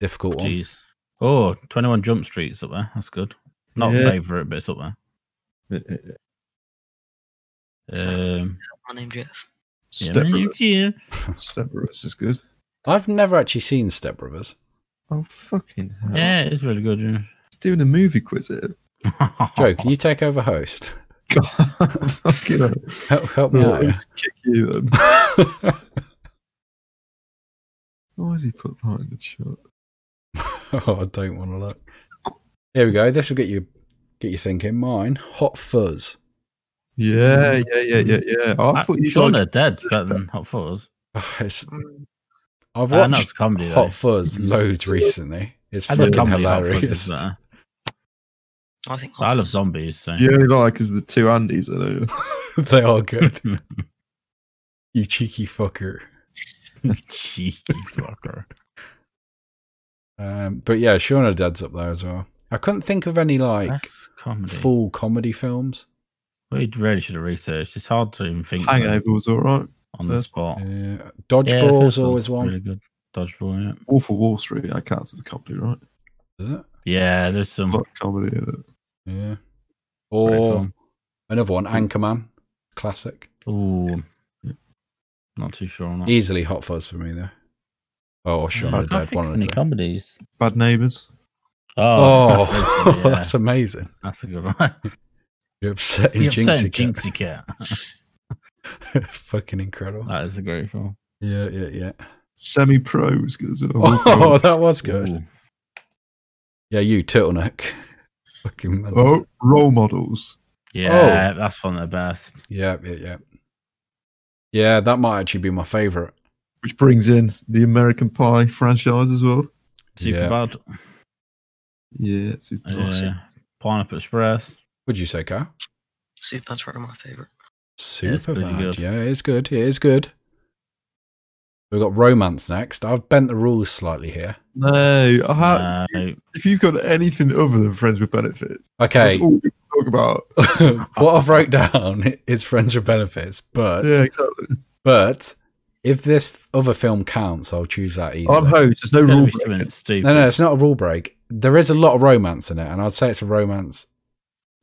Difficult one.
Jeez. Oh, 21 Jump Street's up there. That's good. Not
Yeah.
favourite, but it's up there.
Yeah, yeah, yeah.
Um,
My name Jeff.
Step Brothers.
nuclear.
Step Brothers is good.
I've never actually seen Step Brothers.
Oh fucking hell!
Yeah, it's really good.
It's doing a movie quiz here.
Yeah.
Joe, can you take over host?
[LAUGHS]
[LAUGHS]
God, fucking [LAUGHS] hell.
Help, help me
No,
out.
I'll kick you then. [LAUGHS]
here.
Why has he put that in the chat?
[LAUGHS] oh, I don't want to look. Here we go. This will get you get you thinking. Mine, Hot Fuzz.
Yeah, yeah, yeah, yeah, yeah. I,
I [LAUGHS]
thought you
Shaun
liked
of the Dead's better than Hot Fuzz.
Ah, it's-
Mm,
I've
I know it's
watched
Ah, comedy though.
Hot Fuzz loads recently. It's
I love
fucking
comedy. Hot Fuzz is
hilarious.
better.
I think
I love
Hotspurs-
zombies. So.
you only like because the two Andys in
[LAUGHS]
it.
they are good.
[LAUGHS]
you cheeky fucker.
Cheeky fucker.
Um, but yeah, Shaun of the Dead's up there as well. I couldn't think of any like
That's comedy.
full comedy films.
We really should have researched. It's hard to even think
Hangover was all right.
on the
first-
spot.
Yeah.
Oh. Yeah,
Dodgeball's
first one's
always one.
Really good. Dodgeball, yeah.
Wolf of Wall Street. That counts as a comedy, right?
Is it?
Yeah, there's some.
A lot of comedy in it.
Yeah.
great
Or
film.
another one, Anchorman. Classic.
Ooh. Not too sure on that.
Easily Hot Fuzz for me, though. Oh, or Shaun
I
of the
can't
Dead,
think
one
of
of
any
the two. [LAUGHS]
comedies.
Bad Neighbours.
Oh,
Oh,
that's, yeah,
that's amazing.
[LAUGHS] that's a good
[LAUGHS]
one.
You're upsetting
You're
Jinxie
saying
Cat.
Jinxie Cat.
[LAUGHS] Fucking incredible.
That is a great film.
Yeah, yeah, yeah.
Semi Pro was good as well. Wolf of
[LAUGHS] Oh,
Wall
that was good.
Ooh.
Yeah, you, turtleneck. [LAUGHS] Fucking mental.
Oh, role models.
Oh.
Yeah, that's one of the best.
Yeah, yeah, yeah. Yeah, that might actually be my favourite.
Which brings in the American Pie franchise as well.
Super
Yeah.
bad.
Yeah, it's a-
Classic.
Uh, Pineapple Express.
Would you say, Carl?
Superbad's one of my favourite.
it's
Super
pretty
bad.
good.
Yeah, it is good. It is good. We've got romance next. I've bent the rules slightly here.
No, I ha-
no.
if you've got anything other than Friends with Benefits,
Okay,
that's all we can talk about.
[LAUGHS] what I've wrote down [LAUGHS] is friends with benefits, but
Yeah, exactly.
but if this other film counts, I'll choose that easily.
I'm host. There's no
Gotta
rule.
be something
breaking.
stupid.
no, no, it's not a rule break. There is a lot of romance in it, and I'd say it's a romance.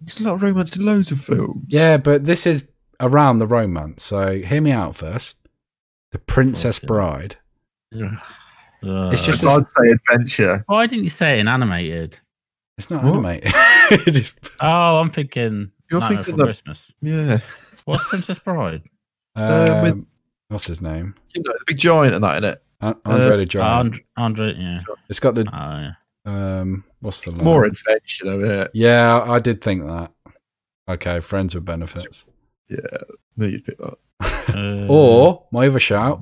There's a lot of romance in loads of films.
Yeah, but this is around the romance, so hear me out first. The Princess
Okay.
Bride.
Uh,
It's just-
So I'd say adventure.
why didn't you say it in animated?
It's not
What?
animated. [LAUGHS]
Oh, I'm thinking.
You're
Nightmare
thinking
Before
that-
Christmas.
Yeah.
What's
[LAUGHS]
Princess Bride?
um,
Uh, with-
what's his name?
You know, the big giant and that, innit?
An- Andre the Giant.
And, Andre, Oh, yeah.
it's got the
Oh, yeah.
um. What's the
It's
name?
more adventure, though, innit?
Yeah, I did think that. Okay, friends with benefits.
No, you'd pick that.
Uh,
[LAUGHS] Or my other shout,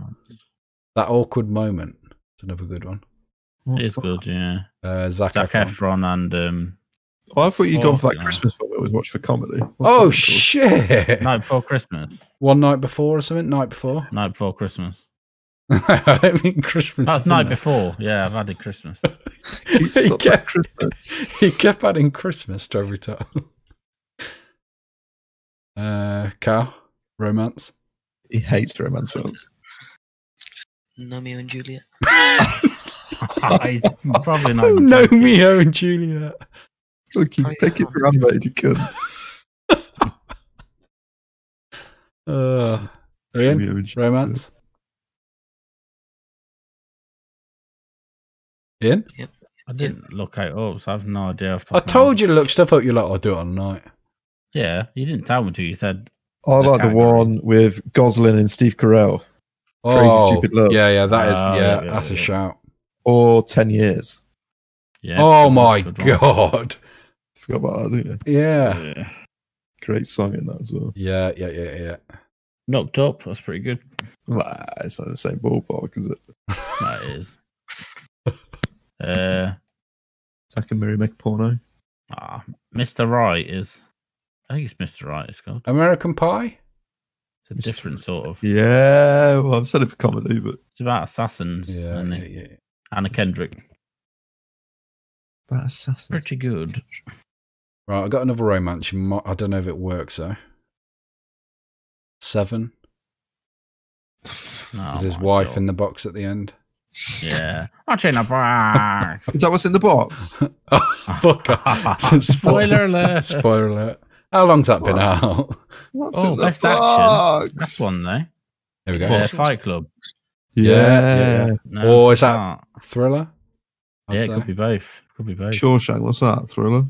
that awkward moment. It's another good one.
What's
it's
that?
good, yeah.
Uh, Zac,
Zac
Efron.
Efron and um,
Oh, I thought you had gone for that
Awesome.
Christmas film I was watched for comedy. What's that
Oh
called?
shit!
Night Before Christmas.
One night before or something. Night
[LAUGHS]
before. [LAUGHS]
Night Before Christmas.
I don't mean Christmas.
That's
is in
night
there.
before. Yeah, I've
[LAUGHS]
added Christmas. [LAUGHS]
Keep
he,
something
kept,
Christmas.
he kept adding Christmas to every time. [LAUGHS] Uh, Cal,
[LAUGHS]
romance.
He hates romance films.
Romeo and Juliet.
He's probably
[LAUGHS]
not. even
Oh, No,
joking.
Mio and Juliet.
So keep
Oh, yeah.
picking for animated, you could. [LAUGHS]
Uh, Ian, romance. Ian.
I didn't look it up, so I have no idea.
I told you to look stuff up. You're like, I'll do it on night.
Yeah, you didn't tell me to. You said
I like the one with Gosling and Steve Carell, Crazy Stupid Love.
Oh, Yeah, yeah, that is.
Oh,
yeah,
yeah, yeah,
that's a
yeah.
shout.
or 10 Years.
yeah.
oh
good
my
one, good one.
god.
Forgot about that, didn't you?
Yeah.
[LAUGHS] Yeah.
Great song in that as well.
Yeah, yeah, yeah, yeah.
Knocked up. That's pretty good.
Nah, it's not the same ballpark, is it?
That is. Uh,
Zack and Mary make porno.
ah, Mr. Right is. I think it's Mr. Right. It's called.
[LAUGHS] American Pie.
It's a
Mr.
different sort of.
Yeah, well, I've said it for comedy, but
It's about assassins.
Yeah,
and
yeah,
it-
yeah.
Anna Kendrick.
about assassins.
Pretty good.
Right, I got another romance. You might, I don't know if it works though. Seven
Oh
is his
my
wife
God.
in the box at the
[LAUGHS]
end. [LAUGHS]
Yeah. Watch in a box.
Is that what's in the box?
oh, fuck! off. [LAUGHS]
Spoiler alert.
Spoiler
[LAUGHS]
alert. How long's that been out?
What's
Oh,
in the
best action.
box?
That's one though.
There we go.
Yeah,
Yeah.
Fight Club.
Yeah,
Yeah.
No,
Or
it's
is that-
not.
Thriller. I'd
Yeah, it
say.
could be both. Could be both.
Shawshank, what's that? Thriller?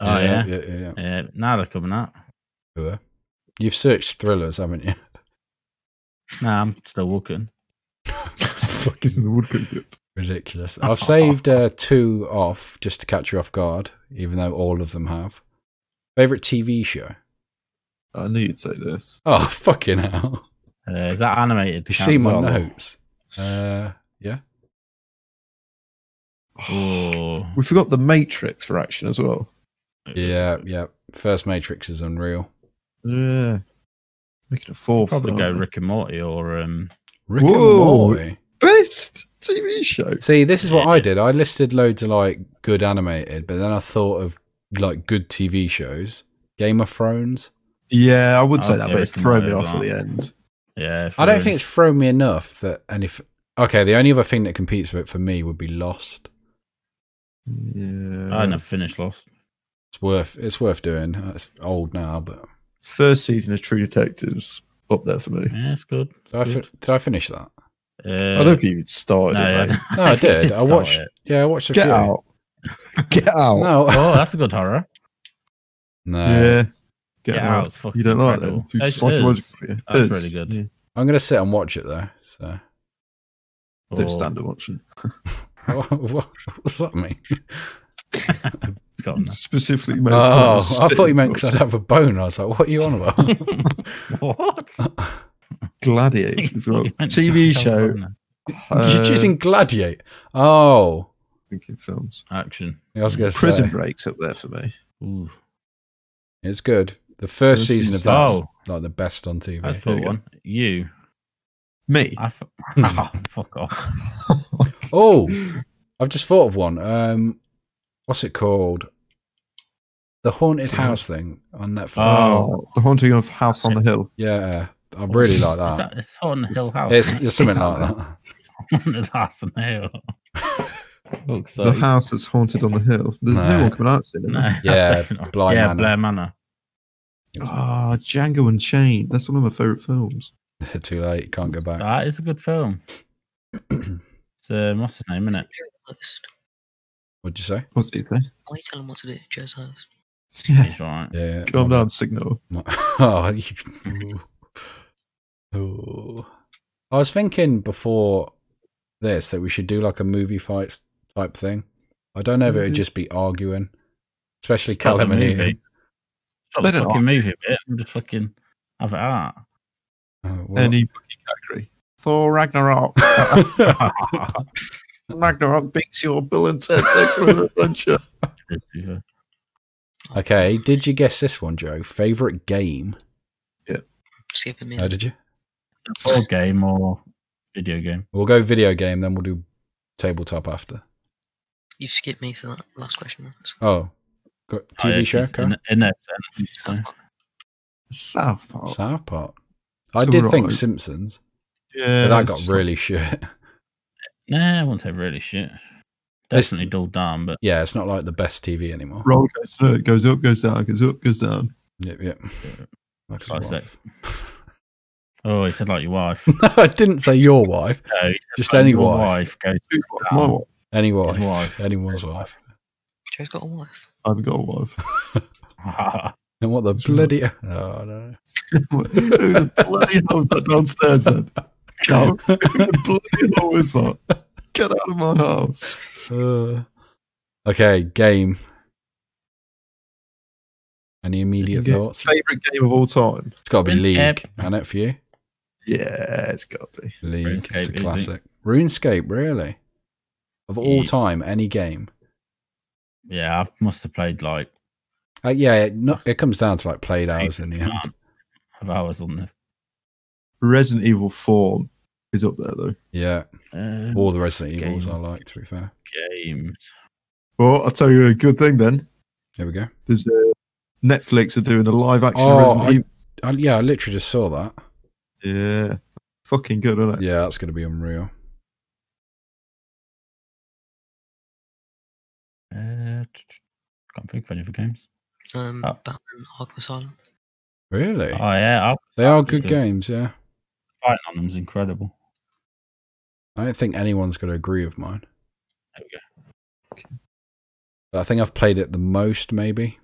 Oh yeah.
yeah, yeah, yeah.
yeah. Now they're coming out.
Thriller. You've searched thrillers, haven't you?
Nah, I'm still looking. [LAUGHS]
Fuck is in the woodcut good?
Ridiculous. I've [LAUGHS] saved uh, two off just to catch you off guard, even though all of them have. Favorite TV show?
I knew you'd say this.
Oh [LAUGHS] fucking hell!
Uh, is that animated?
You see my
Count as well?
notes? Uh, yeah.
Oh,
We forgot the Matrix for action as well.
Yeah, yeah. First Matrix is unreal.
Yeah. Making a fourth.
probably go
aren't we?
Rick and Morty or um.
Rick
Whoa.
and Morty.
Best TV show.
See, this is what
Yeah.
I did. I listed loads of like good animated, but then I thought of like good TV shows. Game of Thrones.
Yeah, I would say that,
Okay,
but
Rick
it's
and
thrown me
Morty
off at
as
the end.
Yeah,
I don't think it's thrown me enough that, and if okay, the only other thing that competes with it for me would be Lost.
Yeah.
I never finished Lost.
It's worth it's worth doing. It's old now, but
First season of True Detectives up there for me.
Yeah, it's good. Uh,
did I, fi- did I finish that?
I don't think you even started
No,
it,
yeah.
mate.
[LAUGHS]
No, I
You
did. I
start
watched-
it.
Yeah, I watched a
Get
few.
out. Get out.
No,
Oh, that's a good horror.
no.
yeah. [LAUGHS] Get,
Get
out.
out. It's fucking
You don't like that?
incredible.
It's too
It is.
[LAUGHS] psychological for you. It
That's
is.
really good.
Yeah.
I'm gonna sit and watch it though. So [LAUGHS]
Don't
Or-
stand and watch it.
what, what, does that mean?
It's got [LAUGHS] no-
Specifically made.
Oh,
for
I thought you meant
sitting
because I'd have a bone. I was like, what are you on
[LAUGHS]
about? [LAUGHS]
what? [LAUGHS]
Gladiator as well.
You went to-
TV show.
You're
uh,
choosing Gladiate. Oh,
thinking films.
Action.
I was gonna
Prison
say,
Break's up there for me.
Ooh,
It's good. The first
Prison
season of that's
Break.
like the best on TV.
that's for
you go. Hmm.
one. You.
Me.
I f- [LAUGHS] oh, fuck off.
Oh, I've just thought of one. Um, what's it called? The haunted house thing on Netflix.
Oh, The Haunting of House on the Hill.
Yeah, I really like
Is
that.
It's on Hill House. [LAUGHS]
It's, it's something like that.
on the last
[LAUGHS]
nail. Looks
the
like.
house that's haunted on the hill. There's no,
No.
one coming out soon.
No, [LAUGHS] that's
Yeah,
definitely-
Bly
yeah,
Manor.
Blair Manor.
Ah, Django Unchained. That's one of my favourite films.
[LAUGHS] Too late, can't go back.
That is a good film. it's, um, what's his name in it?
Joe's host.
What'd you say?
What's it say? [LAUGHS]
Why you tell him what to do? Joe's host.
Yeah.
He's right.
[LAUGHS] Yeah.
Calm down, Signal.
My- [LAUGHS] oh, you- [LAUGHS] Ooh. I was thinking before this that we should do like a movie fights type thing. I don't know if it would
Mhm.
just be arguing, especially
Stop the
Callum and Ian.
movie. Stop
They
the
don't
fucking movie bit. I'm just fucking have it out.
Oh, well-
Any fucking category. Thor Ragnarok. [LAUGHS] Ragnarok beats your Bill and Ted's Excellent Adventure.
[LAUGHS] okay, did you guess this one, Joe? Favorite game?
Skip him in.
Oh, did you?
Or game or video game.
We'll go video game, then we'll do tabletop after.
You skipped me for that last question. man. So-
Oh, got
Oh, yeah,
TV show?
it's
Karen?
In, in there, so- so-
South Park.
South Park. I
Oh. It's
did
all
think
right.
Simpsons,
yeah.
but that
it's
got
just like-
really shit. [LAUGHS]
Nah, I won't say really shit.
It's-
Definitely dulled down, but
Yeah, it's not like the best TV anymore.
roller coaster. It goes up, goes down, goes up, goes down.
Yep, yep. That's
Like
your wife.
oh, he said like
[LAUGHS]
your wife.
no, [LAUGHS] I didn't say your wife.
No, he said
Just
like
any
your
wife.
goes
Who's wife? My wife.
Any wife.
His wife.
Anyone's wife.
Joe's got a wife.
I haven't got a wife.
And what the
His
bloody. [LAUGHS] Oh, no.
Who the bloody hell was that downstairs then? Cal, who the bloody hell was that? Get out of my house.
[LAUGHS] Uh, okay, game. Any immediate
Game.
thoughts?
Favourite game of all time?
It's got to be
Runescape.
League, and it for you?
Yeah, it's got to be.
League.
Runescape,
it's
is
a
it?
classic. RuneScape, really? Of all
Yeah.
time, any game?
[LAUGHS] yeah, I must have played like
Uh, yeah, it, no, it comes down to like played hours in the end.
five hours on this.
Resident Evil 4 is up there though.
Yeah,
Um,
all the Resident Evils I
Game.
like. To be fair,
games.
Well, I'll tell you a good thing then.
there we go.
There's uh, Netflix are doing a live action
Oh,
Resident
I-
Evil.
I, yeah, I literally just saw that.
Yeah. Fucking good, isn't it?
Yeah, that's gonna be unreal.
Uh, t- t- can't think of any other games.
Um,
Oh.
Batman, Arkham Asylum.
Really,
Oh yeah, I'll,
they are
that's
good
good.
games. Yeah,
fighting on them is incredible.
I don't think anyone's going to agree with mine.
There we
But I think I've played it the most, maybe.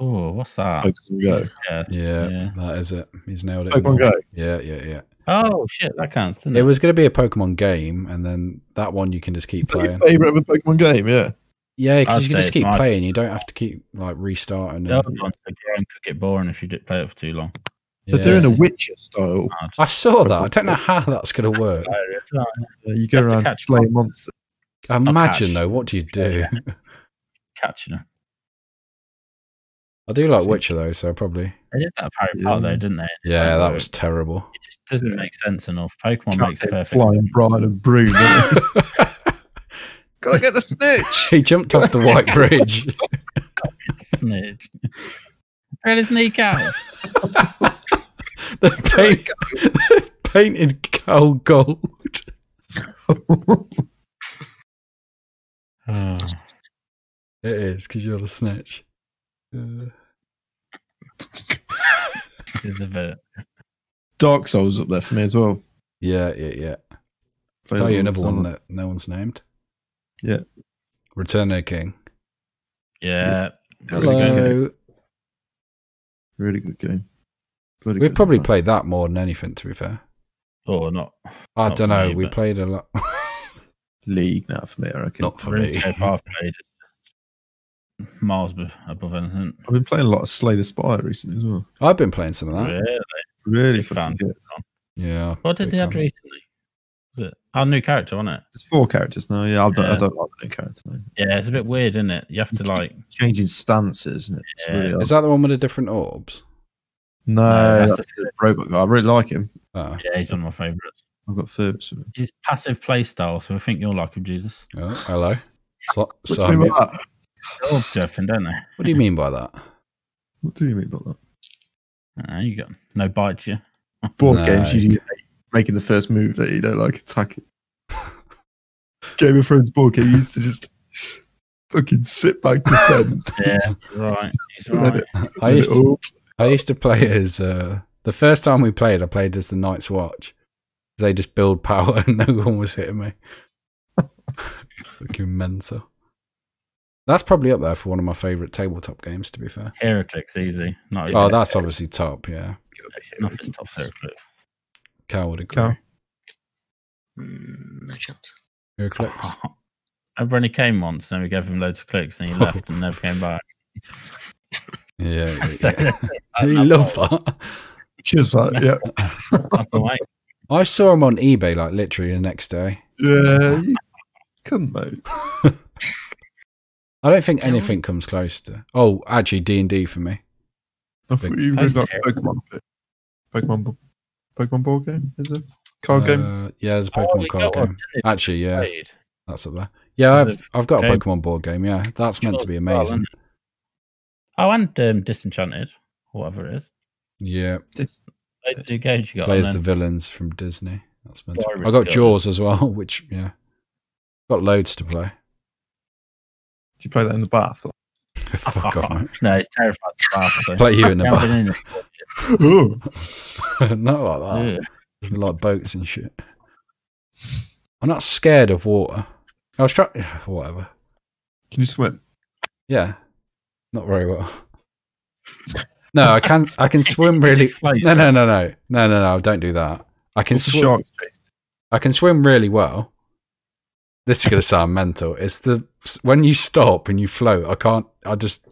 Oh, what's that?
Pokemon Go.
Yeah.
Yeah,
Yeah.
that is it. He's nailed it.
Pokemon Go.
Yeah, yeah, yeah.
Oh shit, that counts, didn't it?
It was going to be a Pokemon game, and then that one you can just keep
Is that
playing.
your favourite ever Pokemon game? Yeah.
Yeah,
I'd
because you can
say
just
it's
keep
my-
playing. You don't have to keep like restarting.
The
and-
other ones, the grind could get boring if you did play it for too long.
They're
Yeah.
doing a Witcher style.
I saw that. I don't know how that's going to work.
Uh, you go
You have to
around
catch
slaying monsters.
Imagine
catch.
though, what do you do?
[LAUGHS] Yeah. Catching them.
I do like
See.
Witcher though, so probably.
They did that for Harry Potter
Yeah.
though, didn't they?
Yeah,
Like,
that
uh,
was terrible.
It just doesn't
Yeah.
make sense enough. Pokemon makes
Captain
perfect.
Flying
sense.
Brian and Broom. innit? [LAUGHS] Gotta get the snitch.
he jumped off the White Bridge.
Snitch. Read his kneecaps.
the paint, [LAUGHS] painted cow gold. [LAUGHS]
Oh,
It is because you're the snitch. Uh,
it's a bit.
[LAUGHS] Dark Souls up there for me as well.
yeah, yeah, yeah.
Played
Tell
it
you
all the
another one
time.
that no one's named.
Yeah.
Return of the King.
Yeah.
Hello.
Really good.
Hello.
Really good game. Bloody
We've
good
probably
time.
played that more than anything. To be fair,
Or not.
I
Not
don't know.
me,
we
but-
played a lot. [LAUGHS]
League now for me. I reckon.
Not for me.
RuneScape I've played is miles be- above anything.
I've been playing a lot of Slay the Spire recently as well.
I've been playing some of that.
Really?
Really
Big fan.
fucking good.
Yeah.
What did
big
they add
fan.
recently? Was it our new character, wasn't it?
There's four characters now. Yeah, I don't, I
Yeah.
don't like the new character name.
Yeah, it's a bit weird, isn't it? You have to
[LAUGHS]
like
Changing stances, isn't it? It's
Yeah.
really odd.
Is that the one with the different orbs?
no,
No,
that's,
that's
the robot guy. I really like him.
Oh.
yeah, he's one of my favourites.
I've got favorites of him.
He's passive playstyle, so I think you'll like him, Jesus.
Oh, hello. So,
What
so-
do you mean by that?
They're all joking, don't they?
what do you mean by
[LAUGHS]
that?
What do you mean by that?
Uh, you got no bite you.
Board
No.
games, you hate making the first move that you don't like attacking. Game of Thrones board game you used to just fucking sit back, defend.
Yeah, [LAUGHS] he's right. He's right.
[LAUGHS] I used to,
Oh,
I used to play as uh, the first time we played. I played as the Night's Watch. They just build power, [LAUGHS] and no one was hitting me. [LAUGHS] Fucking mental. That's probably up there for one of my favorite tabletop games. To be fair.
Heraclix easy. Not
oh,
even
that's obviously top. Yeah,
nothing tops Heraclix.
Cal would agree.
Cal.
Mm, no chance.
Your
[LAUGHS]
clicks.
[LAUGHS] Remember when he came once, and then we gave him loads of
[LAUGHS]
clicks, and he left and never came back.
Yeah,
[LAUGHS]
yeah,
So- [LAUGHS]
yeah.
That's
[LAUGHS] you
not
love
bad.
that.
Cheers
[LAUGHS]
for that. Yeah.
That's the way.
I saw him on eBay like literally the next day.
Yeah. you- Come, mate.
I don't think
Don't we?
anything comes close to. Oh, actually, D and D for me.
I thought you were
That's
like
terrible.
Pokemon. Pokemon, bo- Pokemon board game, is it? Card game?
Uh, yeah, there's a
Oh,
Pokemon
you
card
got one,
game.
didn't you?
Actually, Ah, yeah,
Played.
that's up there. Yeah,
There's
I've I've got a
game.
Pokemon board game. Yeah, that's meant to be
Sure, well,
amazing.
isn't it? Oh, and um, Disenchanted, or whatever it is.
Yeah,
This-
Uh,
Those two games you um, got.
plays
Players
the villains from Disney. That's meant. To be.
Virus
I got
Girls.
Jaws as well, [LAUGHS] which yeah, got loads to play. [LAUGHS]
Do you play that in the bath?
Fuck off,
[LAUGHS]
mate.
No, it's terrified. the bastard.
Play you in the
Haven't
bath.
been in it.
[LAUGHS]
Oh,
Not like that.
Ugh.
I like boats and shit. I'm not scared of water. I was trying. [SIGHS] Whatever.
can you swim?
Yeah, not very well. [LAUGHS] No, I can. I can swim really.
Just plays
No,
it.
no, no, no, no, no, no. Don't do that. I can
What's the
swim.
sharks chasing?
I can swim really well. This is gonna sound mental. It's the when you stop and you float. I can't. I just.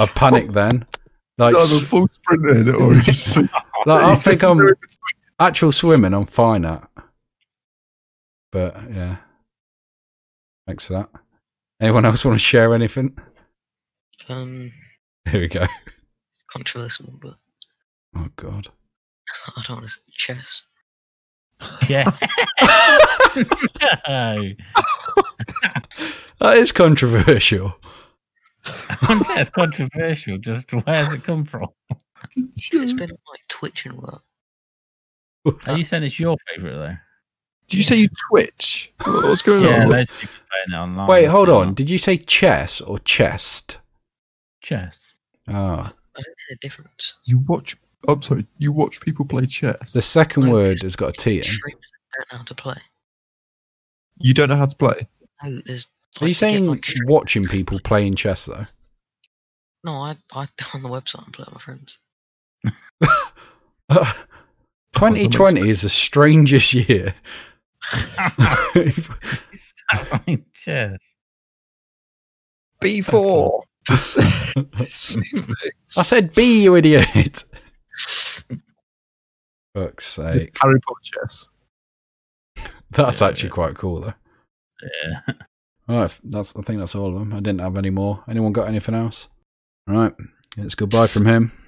I panic then. Like,
It's either
s-
full sprint in it or
[LAUGHS]
it's just.
like
[LAUGHS]
I think I'm
It's
actual swimming. I'm fine at. But yeah. Thanks for that. Anyone else want to share anything?
Um,
Here we go.
it's controversial, but
Oh god.
I don't want to chess.
Yeah. [LAUGHS] no.
That is controversial.
I'm saying It's controversial. Just where's it come from?
It's
Did
been like Twitch and all that.
Are you saying it's your favourite though?
you say you twitch? What- What's going
Yeah,
on?
those people playing it online.
Wait,
I've
hold
seen
on.
that.
Did you say chess or chest?
Chess. [LAUGHS]
Ah,
I don't know the difference.
You watch I'm sorry, you watch people play chess.
The second word has got a T in.
Streamers that don't know how to play.
You don't know how to play.
No, there's.
Are you
like, get,
saying
like, streamers
watching
that don't
people
play.
playing chess though? [LAUGHS]
No, I I [LAUGHS] go on the website and play with my friends.
Twenty twenty is the strangest
[LAUGHS]
year. [LAUGHS]
I mean, cheers.
B4 to C- [LAUGHS] C6.
I said B, you
[LAUGHS]
idiot. Fuck's sake.
Harry Potter chess.
That's
Yeah,
actually quite cool though.
Yeah.
[LAUGHS] All right, that's I think that's all of them. I didn't have any more. Anyone got anything else? All right, it's goodbye from him.